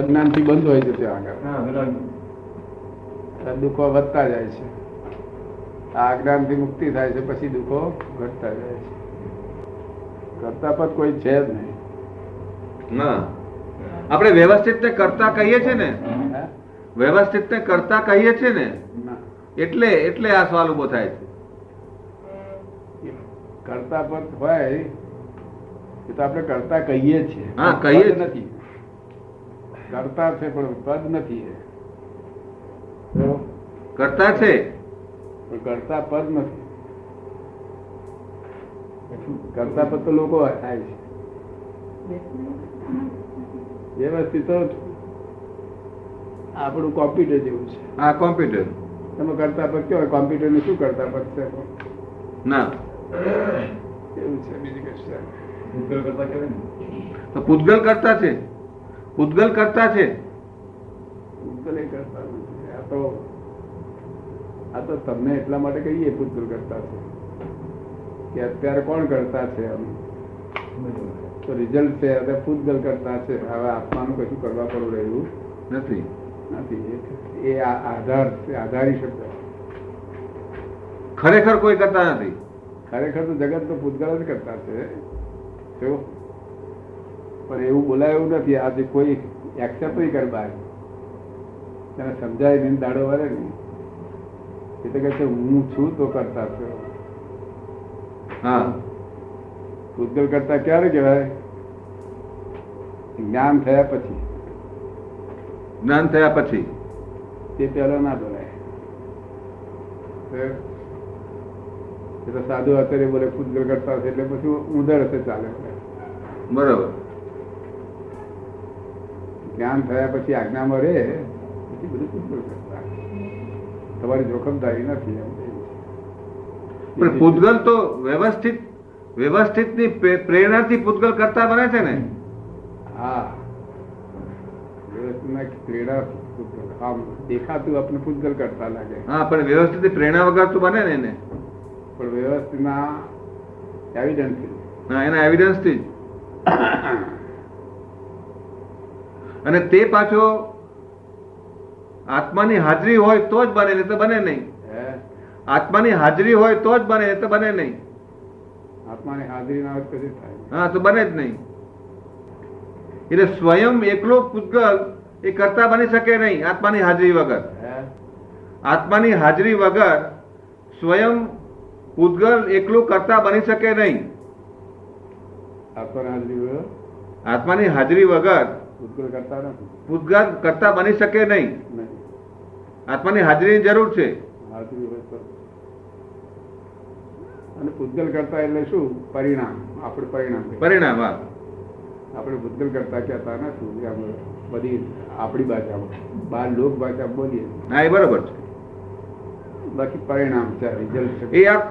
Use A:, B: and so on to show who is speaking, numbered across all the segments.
A: અજ્ઞાનથી બંધ હોય છે ત્યાં આગળ
B: હા વિરાગી
A: ત્યારે દુઃખો વધતા જાય છે આ અજ્ઞાનથી મુક્તિ થાય છે પછી દુઃખો ઘટતા જાય છે કરતા પર કોઈ છે જ નહીં
C: ના આપણે વ્યવસ્થિત ને કરતા કહીએ છે ને
A: હે?
C: વ્યવસ્થિત ને કરતા કહીએ છે ને
A: ના.
C: એટલે એટલે આ સવાલ ઉભો થાય છે
A: કરતા પર હોય એ તો આપણે કરતા કહીએ છીએ
C: હા,
A: પદ
C: કહીએ છીએ.
A: નથી કરતા છે પણ પદ નથી એ.
C: કરતા છે
A: પણ કરતા પદ નથી કરતા પદ તો લોકો થાય છે વ્યવસ્થિત તો આપણું કોમ્પ્યુટર જેવું છે
C: આ કોમ્પ્યુટર
A: તમે કરતા પદ કયો કોમ્પ્યુટર ને શું કરતા પદ છે
C: ના
A: એવું છે બીજું કશું છે નહીં.
B: ભૂતકાળ કરતા કેવાય ને
C: તો પૂતગલ કરતા છે પૂતગલ કરતા છે
A: ભૂતગલ એ કરતા નથી. આ તો આ તો તમને એટલા માટે કહીએ ભૂતગલ કરતા છે કે અત્યારે કોણ કરતા છે આમ તો રિઝલ્ટ છે અત્યારે ભૂતગલ કરતા છે હવે આત્માનું કશું કરવા પડું રહ્યું
C: નથી
A: નથી એ- એ આ- આધાર છે આધારી શબ્દ
C: ખરેખર કોઈ કરતા નથી
A: ખરેખર તો જગત તો ભૂતગળ જ કરતા છે જો. પણ એવું બોલાય એવું નથી આજે કોઈ એક્સેપ્ટ નહીં કરે બહાર તેને સમજાય નહીં દાડો વરે નહીં એટલે કહે છે હું છું તો કરતા છો
C: હા
A: ભૂતગળ કરતા ક્યારે કહેવાય જ્ઞાન થયા પછી
C: જ્ઞાન થયા પછી
A: તે પહેલા ના બોલાય તો- એટલે સાધુ અત્યારે બોલે ભૂતગળ કરતા હશે એટલે પછી ઉદર હશે ચાલે
C: બરોબર
A: જ્ઞાન થયા પછી આજ્ઞામાં રહે પછી બધું પૂતગલ કરતા તમારી જોખમદારી નથી એમ કહે છે.
C: પણ પૂતગલ તો વ્યવસ્થિત વ્યવસ્થિતની પ્રે- પ્રેરણાથી પૂતગલ કરતા બને છે ને
A: હા વ્યવસ્થિતના ક્રીડા પૂતગલ. આમ દેખાતું આપણે પૂતગલ કરતા લાગે
C: હા પણ વ્યવસ્થિત પ્રેરણા વગર તો બને ને એને
A: પણ વ્યવસ્થિતના એવિડન્સ
C: હા, એના એવિડન્સથી જ અને તે પાછો આત્માની હાજરી હોય તો જ બને નહીં તો બને નહીં
A: હે
C: આત્માની હાજરી હોય તો જ બને નહીં તો બને નહીં
A: આત્માની હાજરી ના હોય તો કશું થાય નહીં.
C: હા તો બને જ નહીં એટલે સ્વયં એકલો પૂતગલ એ કરતા બની શકે નહીં આત્માની હાજરી વગર
A: હે?
C: આત્માની હાજરી વગર સ્વયં પૂતગલ એકલું કરતા બની શકે નહીં
A: આત્માની હાજરી વગર
C: આત્માની હાજરી વગર
A: પૂતગલ કરતા નથી
C: પૂતગલ કરતા બની શકે નહીં
A: નહીં.
C: આત્માની હાજરીની જરૂર છે
A: હાજરી હોય તો. અને પૂતગલ કરતા એટલે શું પરિણામ આપણે પરિણામ કહીએ.
C: પરિણામ હા
A: આપણે ભૂતગલ કરતા કહેતા નથી આમ બધી આપણી ભાષામાં બહાર લોક ભાષા બોલીએ
C: હા એ બરોબર છે
A: બાકી પરિણામ છે રિઝલ્ટ છે
C: એ આ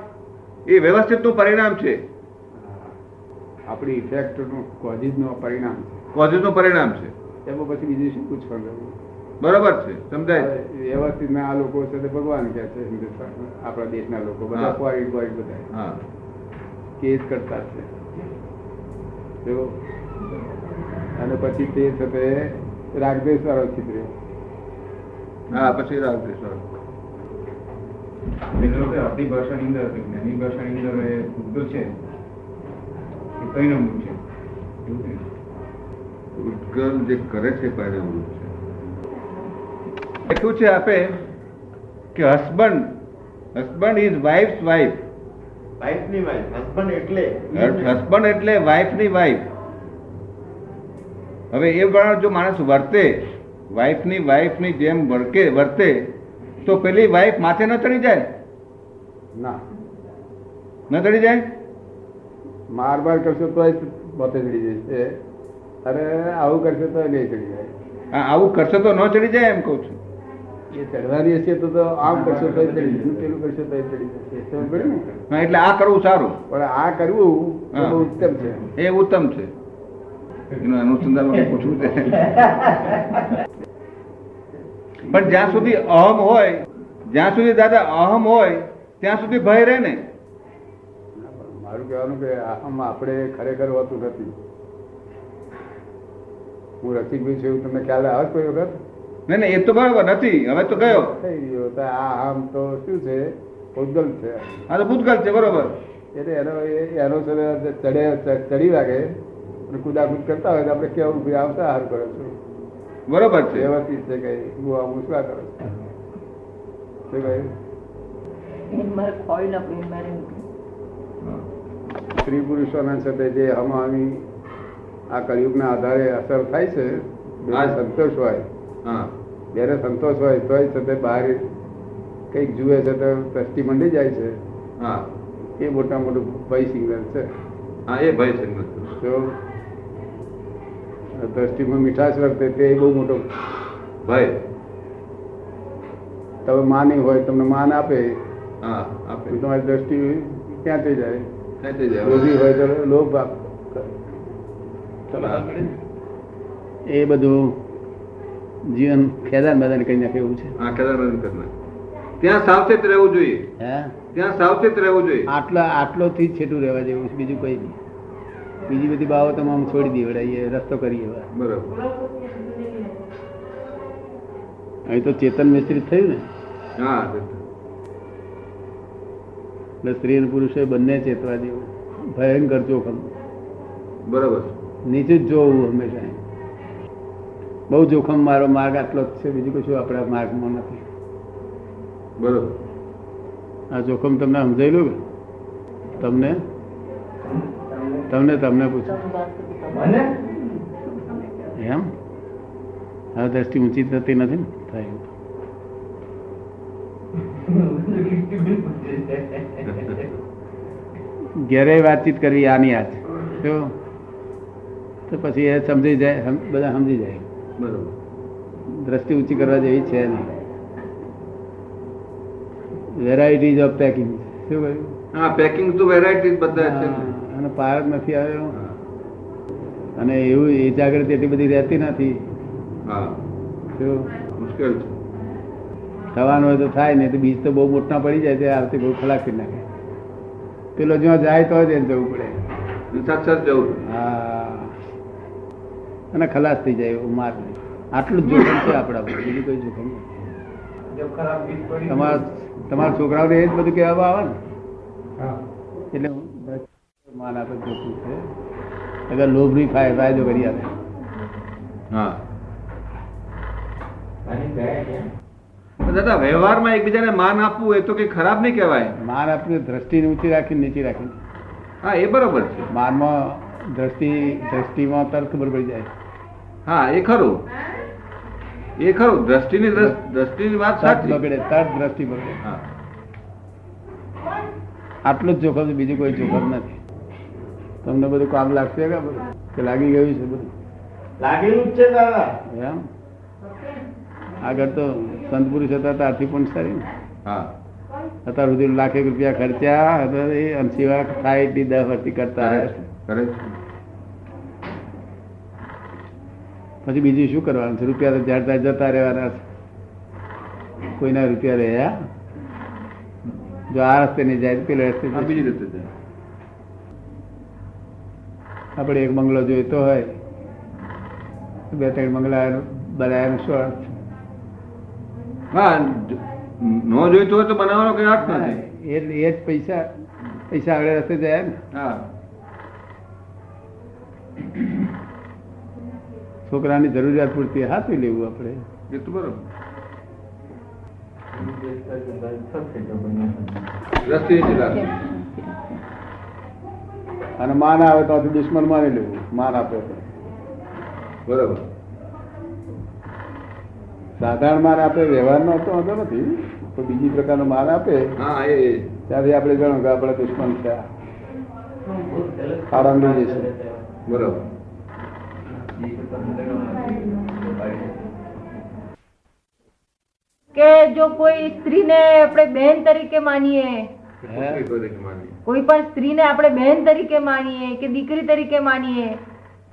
C: એ વ્યવસ્થિતનું પરિણામ છે
A: હા. આપણી ઇફેક્ટનું કોઝિજનું પરિણામ
C: કોઝિસનું પરિણામ છે
A: છે એમાં પછી બીજું શું પૂછવાનું
C: બરોબર છે સમજાય છે?
A: વ્યવસ્થિત ના આ લોકો છે તે ભગવાન કહે છે હિન્દુસ્તાન આપણા દેશના લોકો બધા
C: હા.
A: પોઈન્ટ પોઈન્ટ બધા
C: હા
A: કેસ કરતા છે જો અને પછી તે છે તે રાગદેશ વાળો ચિત્ર
C: હા પછી રામકૃષ્ણ
B: મિત્રો કે આપણી ભાષાની અંદર કે જ્ઞાની ભાષાની અંદર એ ભૂતગળ છે એ કઈ નંબર છે એવું છે ને?
C: ઉદ્ગલ જે કરે છે પરિણામ છે લખ્યું છે આપે કે husband husband is wife wife
D: વાઇફની વાઇફ હસબન્ડ એટલે
C: હસબન્ડ એટલે વાઇફની વાઇફ હવે એ પ્રમાણે જો માણસ વર્તે વાઇફની વાઇફની જેમ વર્કે વર્તે તો પેલી વાઇફ માથે ન ચડી જાય
A: ના
C: ન ચડી જાય
A: માર બાર કરશો તો પોતે ચડી જશે અને આવું કરશો તો નહીં ચડી જાય
C: આ આવું કરશો તો ન ચડી જાય એમ કહું છું
A: એ ચડવાની હશે તો તો આમ કરશો તો ચડી જશે પેલું કરશો તો ચડી જશે સમજ પડી ને?
C: હા, એટલે આ કરવું સારું
A: પણ આ કરવું એ બહુ ઉત્તમ છે
C: એ ઉત્તમ છે એનું અનુસંધાન મને પૂછવું છે પણ જ્યાં સુધી અહમ હોય જ્યાં સુધી દાદા અહમ હોય ત્યાં સુધી ભય રહે ને
A: મારું કહેવાનું કે આમ આપણે ખરેખર હોતું નથી હું રસિકભાઈ છું એવું તમને ખ્યાલ આવે છે કોઈ વખત
C: નહીં નહીં એ તો બરાબર નથી હવે તો ગયો
A: થઈ ગયો તો આ આમ તો શું છે ઉદ્ગલ છે
C: આ તો ભૂતકાળ છે બરોબર
A: એટલે એનો એ- એનો છે ને જે ચડે ચ- ચડી લાગે અને કુદાકુદ કરતા હોય તો આપણે કેવું ભાઈ આવતા હાર કરો છો
C: બરોબર છે
A: વ્યવસ્થિત છે કઈ હું આવું શું આ કરો છો શું કહ્યું
E: મારે ખોઈ નાખ્યું મારે
B: હા.
A: સ્ત્રી પુરુષોના સાથે જે હમામી આ કલયુગના આધારે અસર થાય છે બેને
C: હા.
A: સંતોષ હોય
C: હા
A: બેને સંતોષ હોય તોય છતાં બહાર કંઈક જુએ છે તો દ્રષ્ટિ મંડી જાય છે
C: હા
A: એ મોટા મોટું ભય સિગ્નલ છે
C: હા એ ભય સંગત
A: તો દ્રષ્ટિમાં મીઠાશ વર્તે તે બહુ મોટો
C: ભય
A: તમે માની હોય તમને માન આપે
C: હા આપે
A: તો તમારી દ્રષ્ટિ ક્યાં થઈ જાય
C: કઈ થઈ જાય
A: લોભી હોય તો લોભ આપ
C: ચલો આગળ.
A: એ બધું જીવન ખેદાન બધાને કઈ નાખે એવું છે
C: હા કેદારનાથ કરના ત્યાં સાવચેત રહેવું જોઈએ
A: હે
C: ત્યાં સાવચેત રહેવું જોઈએ
A: આટલા આટલોથી જ છેટું રહેવા જેવું છે બીજું કંઈ નહીં બીજી બધી બાબતોમાં આમ છોડી દઈએ વળાઈએ રસ્તો કરીએ હવે.
C: બરોબર
A: અહીં તો ચેતન મિશ્રિત થયું ને
C: હા
A: એટલે સ્ત્રી અને પુરુષે બંને ચેતવા જેવું ભયંકર જોખમ
C: બરોબર
A: નીચે જ જોવું હંમેશા બહુ જોખમ મારો માર્ગ આટલો જ છે બીજું કશું આપણા માર્ગમાં નથી
C: બરોબર
A: આ જોખમ તમને સમજાયેલું કે તમને તમને તમને પૂછું એમ હવે દ્રષ્ટિ ઊંચી થતી નથી ને થાય એવું. ઘેરે વાતચીત કરવી આની આજ જો તો પછી એ સમજી જાય હમ- બધા સમજી જાય
C: બરોબર
A: દ્રષ્ટિ ઊંચી કરવા જેવી છે નહીં વેરાયટીઝ ઓફ પેકિંગ શું કહ્યું
C: હા પેકિંગ તો વેરાયટી બધા છે ને.
A: હા, અને પારક નથી આવ્યો
C: હા.
A: અને એવું એ જાગૃતિ એટલી બધી રહેતી નથી
C: હા
A: જો
C: મુશ્કેલ છે
A: થવાનું હોય તો થાય નહીં તો બીજ તો બહુ મોટા પડી જાય છે આવતી બહુ ખલાસ કરી નાખે પેલો જ્યાં જાય તો જ એને જવું પડે
C: અને સાથ સાથ જવું પડે.
A: હા અને ખલાસ થઈ જાય એવું માર નહીં આટલું જ જોખમ છે આપણા પર, બીજું કોઈ જોખમ નથી તમારા તમારા છોકરાઓને એ જ બધું કહેવામાં આવે ને
B: હા
A: એટલે હું માન આપે જોખમ છે અગર લોભની ફાય ફાયદો કરી આપે
C: હા દાદા વ્યવહારમાં એકબીજાને માન આપવું એ તો કઈ ખરાબ નહીં કહેવાય
A: માન આપને દ્રષ્ટિને ઊંચી રાખીને નીચી રાખીને
C: હા એ બરોબર છે
A: માનમાં દ્રષ્ટિ દ્રષ્ટિમાં તરત બરબડી જાય
C: હા એ ખરું એ ખરું દ્રષ્ટિની દ્રષ્ટિ- દ્રષ્ટિની વાત
A: તરત
C: સાચી
A: બગડે તરત દ્રષ્ટિ બગડે
C: હા
A: આટલું જ જોખમ છે બીજું કોઈ જોખમ નથી તમને બધું કામ લાગશે કે બધું? કે લાગી ગયું છે બધું
D: લાગેલું જ છે દાદા
A: એમ આગળ તો સંત પુરુષ હતા ત્યારથી પણ સારી ને
C: હા
A: અત્યાર સુધી લાખેક રૂપિયા ખર્ચ્યા અત્યારે એ અને સિવાય થાય એટલી દહ વર્ષથી કરતા
C: કરે
A: રહ્યા
C: છે
A: છે.
C: કરે છે
A: પછી બીજું શું કરવાનું છે રૂપિયા તો જાડતા જતા રહેવાના છે કોઈના રૂપિયા રહ્યા જો આ રસ્તે નહીં જાય તો પેલા રસ્તે
C: હા,
A: જાય.
C: બીજી રીતે છે.
A: આપણે એક બંગલો જોઈતો હોય તો બે ત્રણ બંગલા બનાવ્યાનો શું અર્થ?
C: હા જો- નો જોઈતું હોય તો બનાવવાનો કઈ અર્થ નથી
A: એ એ જ પૈસા પૈસા આગળ રસ્તે જાય ને
C: હા
A: છોકરાની જરૂરિયાત પૂરતી હાથવી લેવું આપણે
C: એ તો બરોબર દ્રષ્ટિ નીચે રાખો.
A: અને માન આવે તો આથી દુશ્મન માની લેવું માન આપે તો
C: બરોબર
A: સાધારણ માન આપે વ્યવહારનો તો વાંધો નથી પણ બીજી પ્રકારનો માન આપે
C: હા એ એ.
A: ત્યાંથી આપણે જાણો કે આપણા દુશ્મન છે આ. આળંદનો જે છે.
C: બરોબર
E: કે જો કોઈ સ્ત્રીને આપણે બહેન તરીકે માનીએ
C: પુત્રી તરીકે માનીએ.
E: કોઈ પણ સ્ત્રીને આપણે બહેન તરીકે માનીએ કે દીકરી તરીકે માનીએ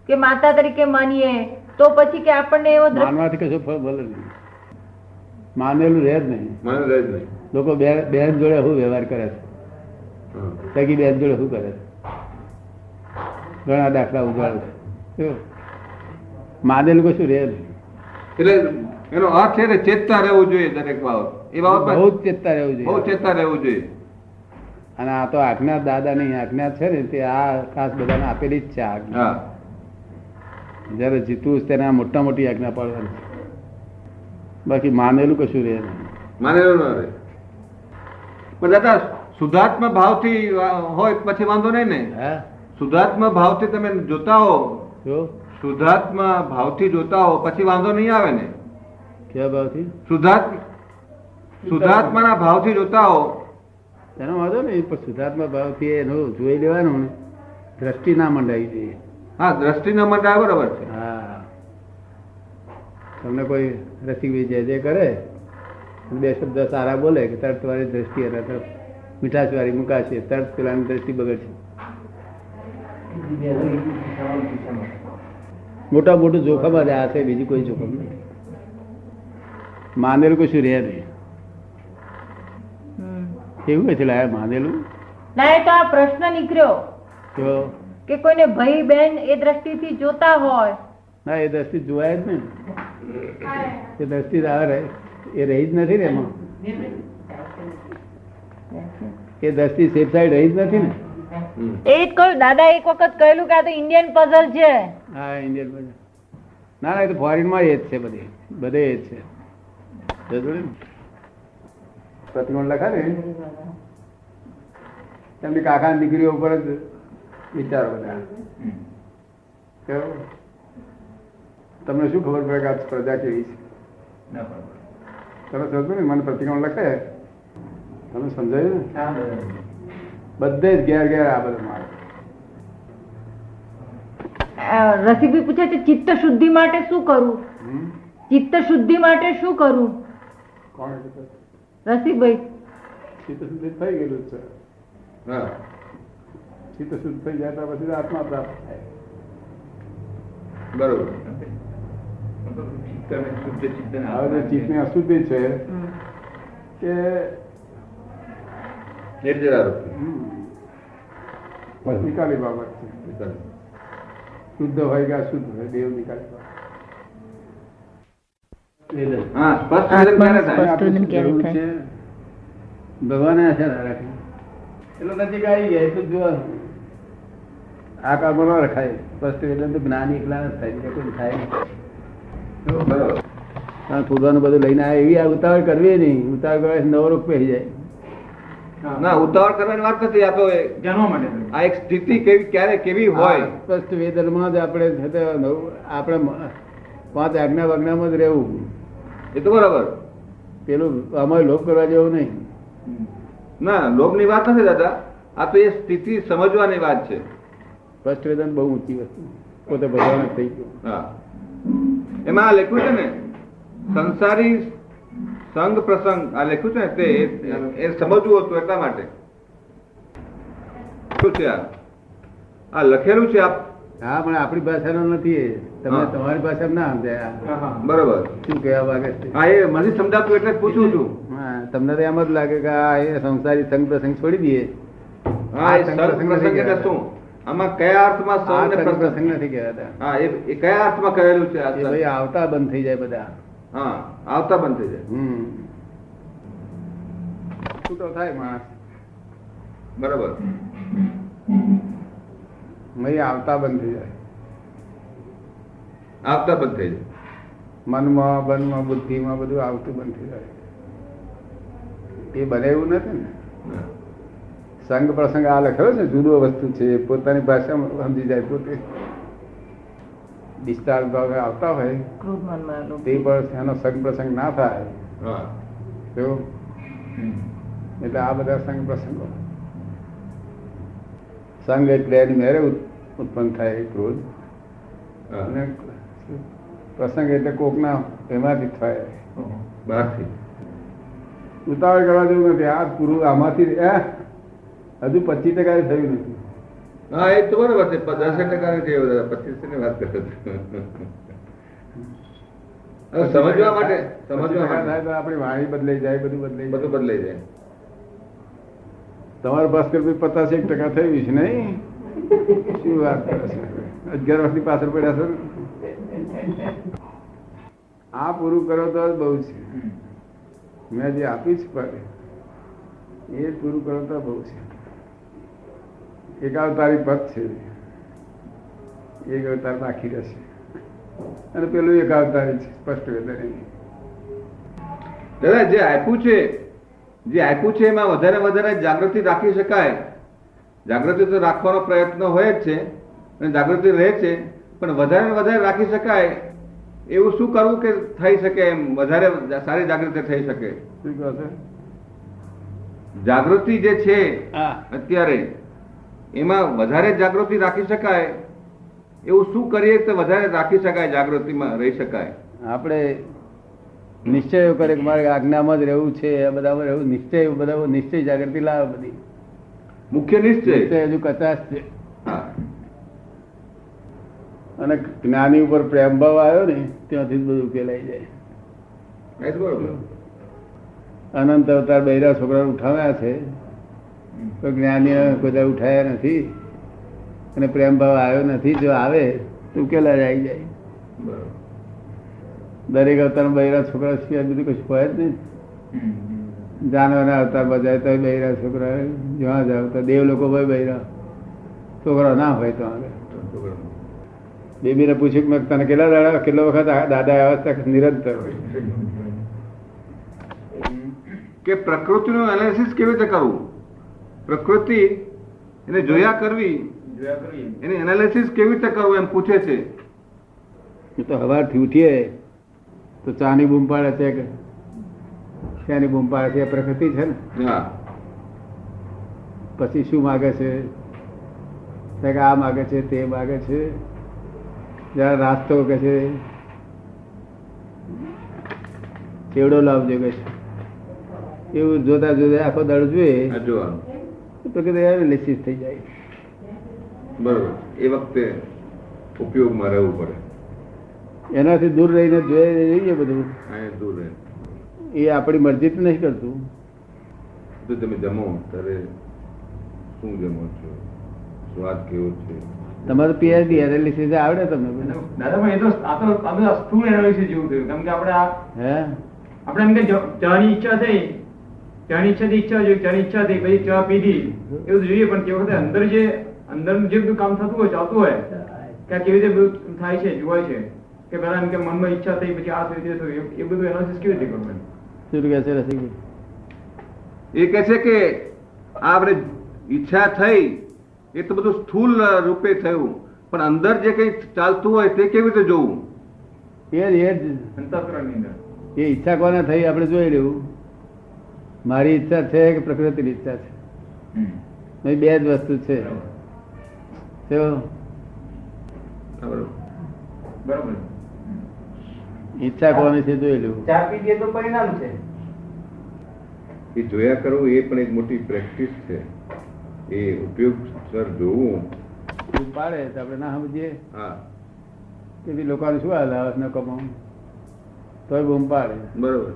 E: કે માતા તરીકે માનીએ તો પછી કે આપણને એવો દ્રષ્ટિ
A: માનવાથી કશું ફળ ભલે નહીં માનેલું રહે જ નહીં
C: મને રહે જ નહીં
A: લોકો બે બહેન જોડે શું વ્યવહાર કરે છે
C: હા.
A: સગી બહેન જોડે શું કરે છે ઘણા દાખલા ઉજાડે છે જો. માનેલું કશું રહે જ નહીં.
C: એટલે એનો અર્થ છે ને ચેતતા રહેવું જોઈએ દરેક બાબત એ બાબતમાં
A: બહુ જ ચેતતા રહેવું
C: બહુ
A: જોઈએ
C: ચેતતા રહેવું જોઈએ
A: અને આ તો આજ્ઞા દાદાની આજ્ઞા છે ને તે આ ખાસ બધાને આપેલી જ છે આ આજ્ઞા
C: હા
A: જ્યારે જીતવું છે તેને આ મોટા મોટી આજ્ઞા પાડવાની છે. બાકી માનેલું કશું રહે નહીં
C: માનેલો ન રહે પણ દાદા શુદ્ધાત્મા ભાવથી વા- હોય પછી વાંધો નહીં ને
A: હા
C: શુદ્ધાત્મા ભાવથી તમે જોતા હો
A: જો
C: શુદ્ધાત્મા ભાવથી જોતા હો પછી વાંધો નહીં આવે ને
A: કેવા ભાવથી
C: શુદ્ધાત્મ શુદ્ધાત્માના ભાવથી જોતા હો
A: તેનો વાંધો નહીં પણ શુદ્ધાત્મા ભાવથી એનું જોઈ લેવાનું ને દ્રષ્ટિ ના મંડાવી જોઈએ
C: હા દ્રષ્ટિ ન મંડાય બરાબર છે
A: હા તમને કોઈ રસિકભાઈ જય જય કરે અને બે શબ્દ સારા બોલે કે તરત તમારી દ્રષ્ટિ એના તરફ મીઠાશવારી મુકાશે તરત પેલાની દ્રષ્ટિ બગડશે મોટા મોટું જોખમ જ આ છે બીજું કોઈ જોખમ નથી માનેલું કશું રહે નહીં
E: હમ.
A: એવું કહે છે લાયા માનેલું
E: ના એ તો આ પ્રશ્ન નીકળ્યો
A: તો
E: કે કોઈને ભાઈ બહેન એ દ્રષ્ટિથી જોતા હોય
A: ના એ દ્રષ્ટિ જોવાય જ નહીં એ દ્રષ્ટિ આવે રહે એ રહી જ નથી ને એમાં એ દ્રષ્ટિ સેફ સાઈડ રહી જ નથી ને
E: એ જ કહ્યું દાદા એક વખત કહેલું કે આ તો ઇન્ડિયન પઝલ છે
A: હા ઇન્ડિયન બજાર ના ના એ તો ફોરેનમાં એ જ છે બધે બધે એ જ છે પ્રતિકોણ લખા ને એમની કાકા દીકરીઓ ઉપર જ વિચારો બધા કેવું? તમને શું ખબર પડે કે આ પ્રજા કેવી છે
B: ના બરાબર
A: તમે સમજો ને મને પ્રતિકોણ લખે તમે સમજાયું ને
D: હા, બરાબર.
A: બધે જ ઘેર ઘેર આ બધું મારે
E: અ, રસિકભાઈ પૂછે છે ચિત્ત શુદ્ધિ માટે શું કરવું
A: હમ?
E: ચિત્ત શુદ્ધિ માટે શું કરવું
A: કોણ એટલે?
E: રસિકભાઈ
A: ચિત્ત શુદ્ધિ થઈ ગયેલું જ છે
C: હા
A: ચિત્ત શુદ્ધ થઈ જાય ત્યાર પછી જ આત્મા પ્રાપ્ત થાય
C: બરોબર
B: મતલબ ચિત્ત અને શુદ્ધ ચિત્તને
A: હવે જે
B: આત્મા
A: ચિત્તની અશુદ્ધિ છે કે
C: નિર્જરારૂપી.
A: હમ, નિકાલી બાબત છે શુદ્ધ હોય કે અશુદ્ધ હોય દેવ નિકાલી બાબત
C: હા સ્પષ્ટ વિધાન ક્યારે થાય?
A: આપણે શું જરૂર છે? ભગવાને આશા ના રાખે એટલો નજીક આવી ગયા એટલું જ જોવાનું આ કામ ન રખાય સ્પષ્ટ એટલે તો જ્ઞાન એકલા જ થાય બીજા કોઈ થાય નહીં.
C: બરાબર
A: કારણ ફૂગવાનું બધું લઈને આવે એવી આ ઉતાવળ કરવી નહીં ઉતાવળ કરવાથી નવરો પહેરી જાય
C: ના ઉતાવળ કરવાની વાત નથી આ તો એ-
B: જાણવા માટે થયું.
C: આ એક સ્થિતિ કેવી ક્યારે કેવી
A: હોય
C: હોય
A: સ્પષ્ટ વેદનમાં જ આપણે છે તે નવ- આપણે મ- પાંચ આજ્ઞા વાજ્ઞામાં જ રહેવું
C: એ તો બરાબર
A: પેલું અમારે લોભ કરવા જેવું નહીં
B: હમ.
C: ના લોભની વાત નથી દાદા આ તો એ સ્થિતિ સમજવાની વાત છે
A: સ્પષ્ટ વેદન બહુ ઊંચી વસ્તુ પોતે ભગવાન જ થઈ ગયો
C: હા એમાં આ લખ્યું છે ને સંસારી સંગ પ્રસંગ આ લખ્યું છે ને તે એ- એ સમજવું હતું એટલા માટે શું છે આ આ લખેલું છે આ
A: હા પણ આપણી ભાષાનો નથી એ તમે
C: હા.
A: તમારી ભાષામાં ના સમજાય
B: હા, હા.
C: બરાબર
A: શું કહેવા માંગે છે
C: હા એ મને સમજાતું એટલે જ પૂછું છું
A: હા તમને તો એમ જ લાગે કે આ એ સંસારી સંગ પ્રસંગ છોડી દઈએ
C: હા એ સંગ પ્રસંગ એટલે શું આમાં કયા અર્થમાં
A: આ
C: સંગ ને
A: સંગ
C: પ્રસંગ
A: પ્રસંગ નથી કહેવાતા
C: હા એ એ કયા અર્થમાં કહેલું છે આ
A: એ
C: સર?
A: ભાઈ આવતા બંધ થઈ જાય બધા
C: હા આવતા બંધ થઈ જાય
A: હમ છૂટો થાય માણસ
C: બરાબર
A: મય આવતા બંધ થઈ જાય
C: આવતા બંધ થઈ જાય
A: મનમાં મનમાં બુદ્ધિમાં બધું આવતું બંધ થઈ જાય એ બને એવું નથી ને
C: હા.
A: સંઘ પ્રસંગ આ લખ્યો છે જુદો વસ્તુ છે પોતાની ભાષામાં સમજી જાય પોતે ડિસ્ચાર્જ ભાવે આવતા હોય
E: ક્રોધમાન માર્ગ.
A: તે પણ એનો સંઘ પ્રસંગ ના થાય
C: હા
A: તો
B: હમ.
A: એટલે આ બધા સંઘ પ્રસંગો સંઘ એટલે એની મેરે ઉત- ઉત્પન્ન થાય એ ક્રોધ
C: હા.
A: અને પ્રસંગ એટલે કોકના એમાંથી થાય
B: ઓહો.
C: બહારથી
A: ઉતાવળ કરવા જેવું નથી આ પૂરું આમાંથી એ હજુ પચીસ ટકા થયું નથી
C: હા એ તો બરાબર છે દસ ટકા નથી એવું દાદા પચીસ ની વાત કરતો હતો. હવે સમજવા માટે સમજવા માટે
A: માટે આપણી વાણી બદલાઈ જાય બધું બદલાઈ
C: બધું
A: જાય
C: બદલાઈ જાય
A: તમારું ભાસ્કર પચાસ એક ટકા થયું છે નહીં શું વાત કરો છો અગિયાર વર્ષની પાછળ પડ્યા છો ને?
F: આ પૂરું કરો તો જ બહુ છે મેં જે આપી છે પર એ જ પૂરું કરો તો બહુ છે એક અવતારી પદ છે એક અવતાર બાકી રહેશે અને પેલું એક અવતારી છે સ્પષ્ટ વેદની
C: દાદા જે આપ્યું છે જે આપ્યું છે એમાં વધારે વધારે જાગૃતિ રાખી શકાય જાગૃતિ તો રાખવાનો પ્રયત્ન હોય જ છે અને જાગૃતિ રહે છે પણ વધારે ને વધારે રાખી શકાય એવું શું કરવું કે થઈ શકે એમ વધારે સારી જાગૃતિ થઈ શકે
F: શું કહો છો
C: જાગૃતિ જે છે
F: હા
C: અત્યારે એમાં વધારે જાગૃતિ રાખી શકાય એવું શું કરીએ તો વધારે રાખી શકાય જાગૃતિમાં રહી શકાય
A: આપણે નિશ્ચય કરે કે મારે આજ્ઞામાં જ રહેવું છે આ બધામાં રહેવું નિશ્ચય બધા નિશ્ચય જાગૃતિ લાવે બધી
C: મુખ્ય નિશ્ચય
A: નિશ્ચય હજુ કચાશ છે
C: હા.
A: અને જ્ઞાની ઉપર પ્રેમ ભાવ આવ્યો ને ત્યાંથી જ બધું ઉકેલાઈ જાય
C: એ જ બરોબર
A: અનંત અવતાર બૈરા છોકરા ઉઠાવ્યા છે તો જ્ઞાની બધા ઉઠાયા નથી અને પ્રેમ ભાવ આવ્યો નથી જો આવે તો ઉકેલા જ આવી જાય
B: બરોબર
A: દરેક અવતારમાં બૈરા છોકરા સિવાય બીજું કશું હોય જ નહીં
B: હમ, હમ.
A: જાનવરના અવતારમાં જાય તો બૈરા છોકરા જ્યાં જાવ તો દેવ લોકો હોય બૈરા છોકરા ના હોય તો આગળ
B: તો બરોબર.
A: બેબીને પૂછ્યું કે મેં તને કેટલા દાડા કેટલો વખત આ દાદા આવ્યા છે? નિરંતર હોય
C: કે પ્રકૃતિનું એનાલિસિસ કેવી રીતે કરવું પ્રકૃતિ એને જોયા કરવી
B: જોયા કરીએ
C: એને એનાલિસિસ કેવી રીતે કરવું એમ પૂછે છે
A: એ તો હવારથી ઉઠીએ તો ચાની બૂમ પાડે છે કે શેની બૂમ પાડે છે એ પ્રકૃતિ છે ને
C: હા
A: પછી શું માગે છે તો કે આ માગે છે તે માગે છે જરા રાસ્તો કે છે ચેવડો લાવજો કે છે એવું જોતા જોતા આખો દાડો
C: આ
A: જોઈએ
C: જોવાનું
A: તો કે એનાલિસિસ થઈ જાય
C: બરોબર એ વખતે ઉપયોગમાં રહેવું પડે
A: એનાથી દૂર રહીને જોઈએ જોઈએ બધું
C: અહીંયા દૂર રહે
A: એ આપણી મરજીથી નહીં કરતું
C: તો તમે જમો ત્યારે શું જમો છો સ્વાદ કેવો છે
A: તમારું પીએચડી એનાલિસિસ આવડે તમને બધું?
B: દાદા પણ એ તો આ તો આ તો સ્થૂળ એનાલિસિસ જેવું થયું કેમ કે આપણે આ
A: હે
B: આપણે એમ કે જ- ચાની ઈચ્છા થઈ ચાની ઈચ્છા થઈ ઈચ્છા જોઈ ચાની ઈચ્છા થઈ પછી ચા પીધી એવું જોઈએ પણ તે વખતે અંદર જે અંદરનું જે બધું કામ થતું હોય ચાલતું હોય કે આ કેવી રીતે બધું થાય છે જોવાય છે કે પેલા એમ કે મનમાં ઈચ્છા થઈ પછી આ થઈ તે થયું એ- એ બધું એનાલિસિસ કેવી રીતે કરવું એમ?
A: શું કહે છે રસિકભાઈ?
C: એ કહે છે કે આ આપણે ઈચ્છા થઈ એ તો બધું સ્થૂલ રૂપે થયું પણ અંદર જે કંઈ ચાલતું હોય તે કેવી રીતે જોવું
A: એ જ- એ જ
B: અંતઃકરણની અંદર
A: એ ઈચ્છા કોને થઈ આપણે જોઈ લેવું મારી ઈચ્છા છે કે પ્રકૃતિની ઈચ્છા છે એ બે જ વસ્તુ છે તો
C: બરોબર
B: બરોબર
A: ઈચ્છા કોની છે જોઈ લેવું
G: ચા પી દે તો પરિણામ છે
C: એ જોયા કરવું એ પણ એક મોટી પ્રેક્ટિસ છે એ ઉપયોગ સર જોવું
A: એવું પાડે તો આપણે ના સમજીએ
C: હા
A: કે ભઈ લોકોને શું હાલ આવે ન કમાવું તોય બૂમ પાડે
C: બરોબર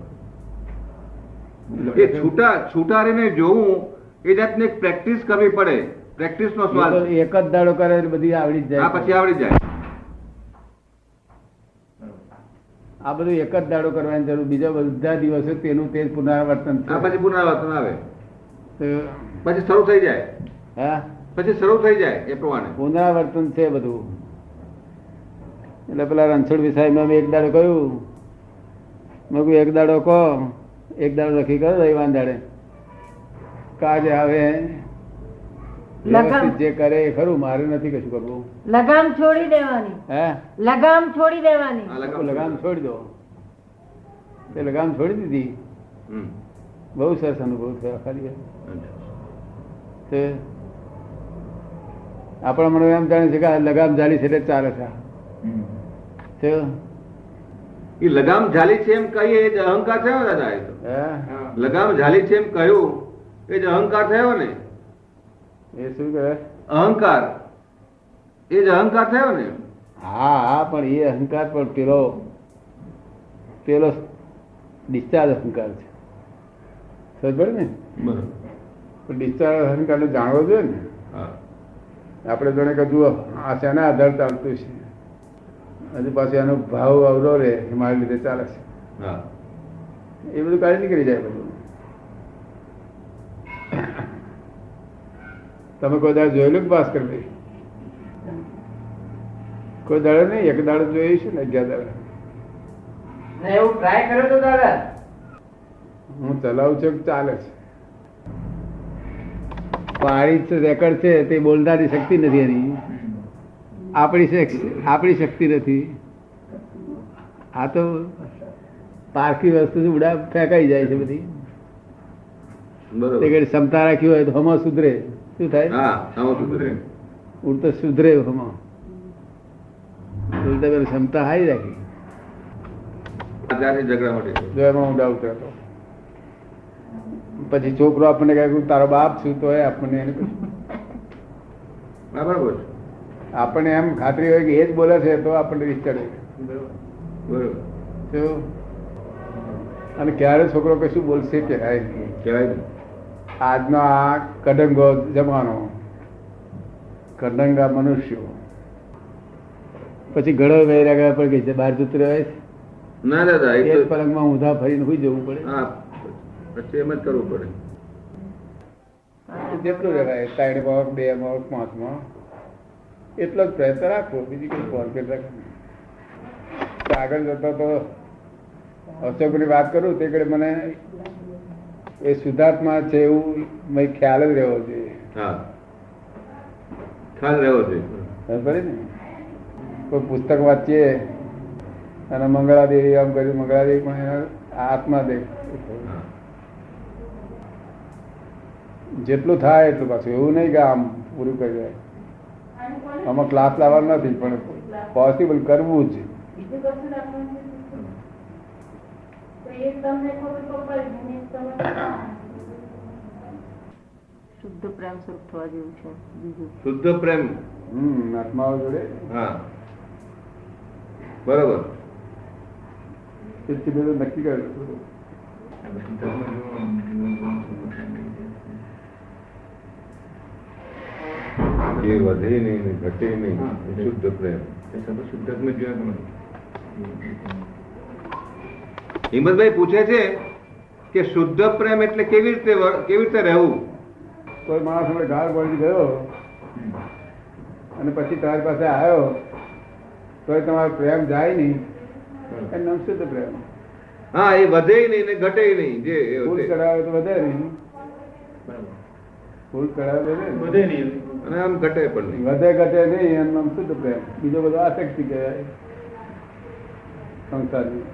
C: એ છૂટા છૂટા રહીને જોવું એ જાતની એક પ્રેક્ટિસ કરવી પડે પ્રેક્ટિસ નો
A: એ તો
C: સ્વાદ
A: એક જ દાડો કરે એટલે બધી આવડી જ
C: આ
A: જાય
C: પછી આવડી જાય
A: આ બધું એક જ દાડો કરવાની જરૂર બીજા બધા દિવસો તેનું તે જ પુનરાવર્તન
C: આ
A: છે
C: પછી પુનરાવર્તન આવે
A: તો-
C: પછી શરૂ થઈ જાય
A: હા
C: પછી શરૂ થઈ જાય એ પ્રમાણે
A: પુનરાવર્તન છે બધું એટલે પેલા રણછોડ વિસાઈમાં મેં એક દાડો કહ્યું મેં કહ્યું એક દાડો કહો એક દાડો નક્કી કરો રવિવાર દાડે કાજ આવે વ્યવસ્થિત જે કરે એ ખરું મારે નથી કશું કરવું
E: લગામ છોડી દેવાની
A: હે
E: લગામ છોડી દેવાની
C: આ
A: મેં કહ્યું, લગામ છોડી દો તે લગામ છોડી દીધી
C: હમ.
A: બહુ સરસ અનુભવ થયો ખાલી તે આપણા મને એમ જાણે છે કે આ લગામ જાળી છે એટલે ચાલે છે આ. તે
C: એ લગામ ઝાલી છે એમ કહીએ એ જ અહંકાર થયો ને દાદા એ તો
A: હે
C: લગામ ઝાલી છે એમ કહ્યું એ જ અહંકાર થયો ને
A: એ શું કરે
C: અહંકાર એ જ અહંકાર થયો ને
A: હા હા પણ એ અહંકાર પણ પેલો પેલો ડિસ્ચાર્જ અહંકાર છે સમજ પડી ને
C: બરોબર
A: પણ ડિસ્ચાર્જ અહંકારને જાણવો જોઈએ ને
C: હા
A: આપણે જોડે કજુ આ શેના આધાર ચાલતું છે હજુ પાછું એનો ભાવ અવરો રહે એ મારા લીધે ચાલે છે
C: હા
A: એ બધું કાઢી નીકળી જાય બધું તમે કોઈ દાડે જોયેલું કે ભાસ્કરભાઈ કોઈ દાડે નહીં એક દાડે જોયું છે ને અગિયાર દાડે
D: ને એવું ટ્રાય કર્યો તો દાદા
A: હું ચલાવું છું કે ચાલે છે પણ આની રેકર્ડ છે તે બોલનારી શક્તિ નથી એની આપણી શક- આપણી શક્તિ નથી આ તો પારખી વસ્તુ છે, ઉડા ફેંકાઈ જાય છે બધી તે
C: બરોબર
A: ઘડી ક્ષમતા રાખી હોય તો હમો સુધરે શું થાય
C: હા આમાં સુધરે
A: ઉડતો સુધરે હમો ઉલટા પેલી ક્ષમતા હારી રાખી
C: આ જાતિ ઝઘડા માટે છે.
A: જો એમાં હું ડાઉટ હતો પછી છોકરો આપણને કહે કે તારો બાપ છું તો એ આપણને એને પછી
C: હા, બરાબર છે.
A: આપણને એમ ખાતરી હોય કે એ જ બોલે છે તો આપણને રીત ચડે
C: બરોબર
A: તો અને ક્યારે છોકરો કશું બોલશે કે હાય નહીં.
C: કહેવાય ને.
A: આજનો આ કડંગો જમાનો કડંગા મનુષ્યો પછી ઘડો વહેરા ગયા પણ કે બહાર જતું રહેવાય છે.
C: ના દાદા
A: એ જ
C: એ તો
A: પલંગમાં ઊંધા ફરીને સુઈ જવું પડે
C: હા પછી એમ જ કરવું પડે
A: જેટલું રહેવાય સાઈડ માં બે માં પાંચમાં એટલો જ પ્રયત્ન રાખવો બીજી કોઈ ભોરપેટ રાખો આગળ જતો તો અશોકની વાત કરું તે ઘડી મને એ શુદ્ધાત્મા છે એવું મને ખ્યાલ જ રહેવો જોઈએ
C: હા ખ્યાલ રહ્યો છે
A: ખબર પડી ને કોઈ પુસ્તક વાંચીએ અને મંગળાદેવી આમ કર્યું મંગળાદેવી પણ એના આત્મા દેખ
C: હા.
A: જેટલું થાય એટલું પાછું એવું નહીં કે આમ પૂરું કરી જાય આમાં ક્લાસ લાવવાનો નથી પણ પોસિબલ કરવું જ
E: શુદ્ધ પ્રેમ સ્વરૂપ થવા જેવું છે બીજું
C: શુદ્ધ પ્રેમ
A: હમ આત્માઓ જોડે
C: હા બરોબર
A: તેથી બધું નક્કી કર્યું
C: એ વધે નહીં ને ઘટે નહીં શુદ્ધ પ્રેમ હિંમતભાઈ પૂછે છે કે શુદ્ધ પ્રેમ એટલે કેવી રીતે વળ- કેવી રીતે રહેવું
A: કોઈ માણસ આપણે ગાળ પડી ગયો અને પછી તમારી પાસે આવ્યો તો તમારો પ્રેમ જાય નહીં એનું નામ શુદ્ધ પ્રેમ
C: હા એ વધે નહીં ને ઘટે નહીં જે એ
A: ભૂલ
C: વધે.
A: કરાવે તો વધે નહીં ભૂલ કરાવે તો વધે
B: બધે નહીં
C: અને આમ ઘટે પણ
A: નહીં.
C: નહીં
A: વધે ઘટે નહીં એનું નામ શુદ્ધ પ્રેમ બીજો બધો આસક્તિ કહેવાય સંસારની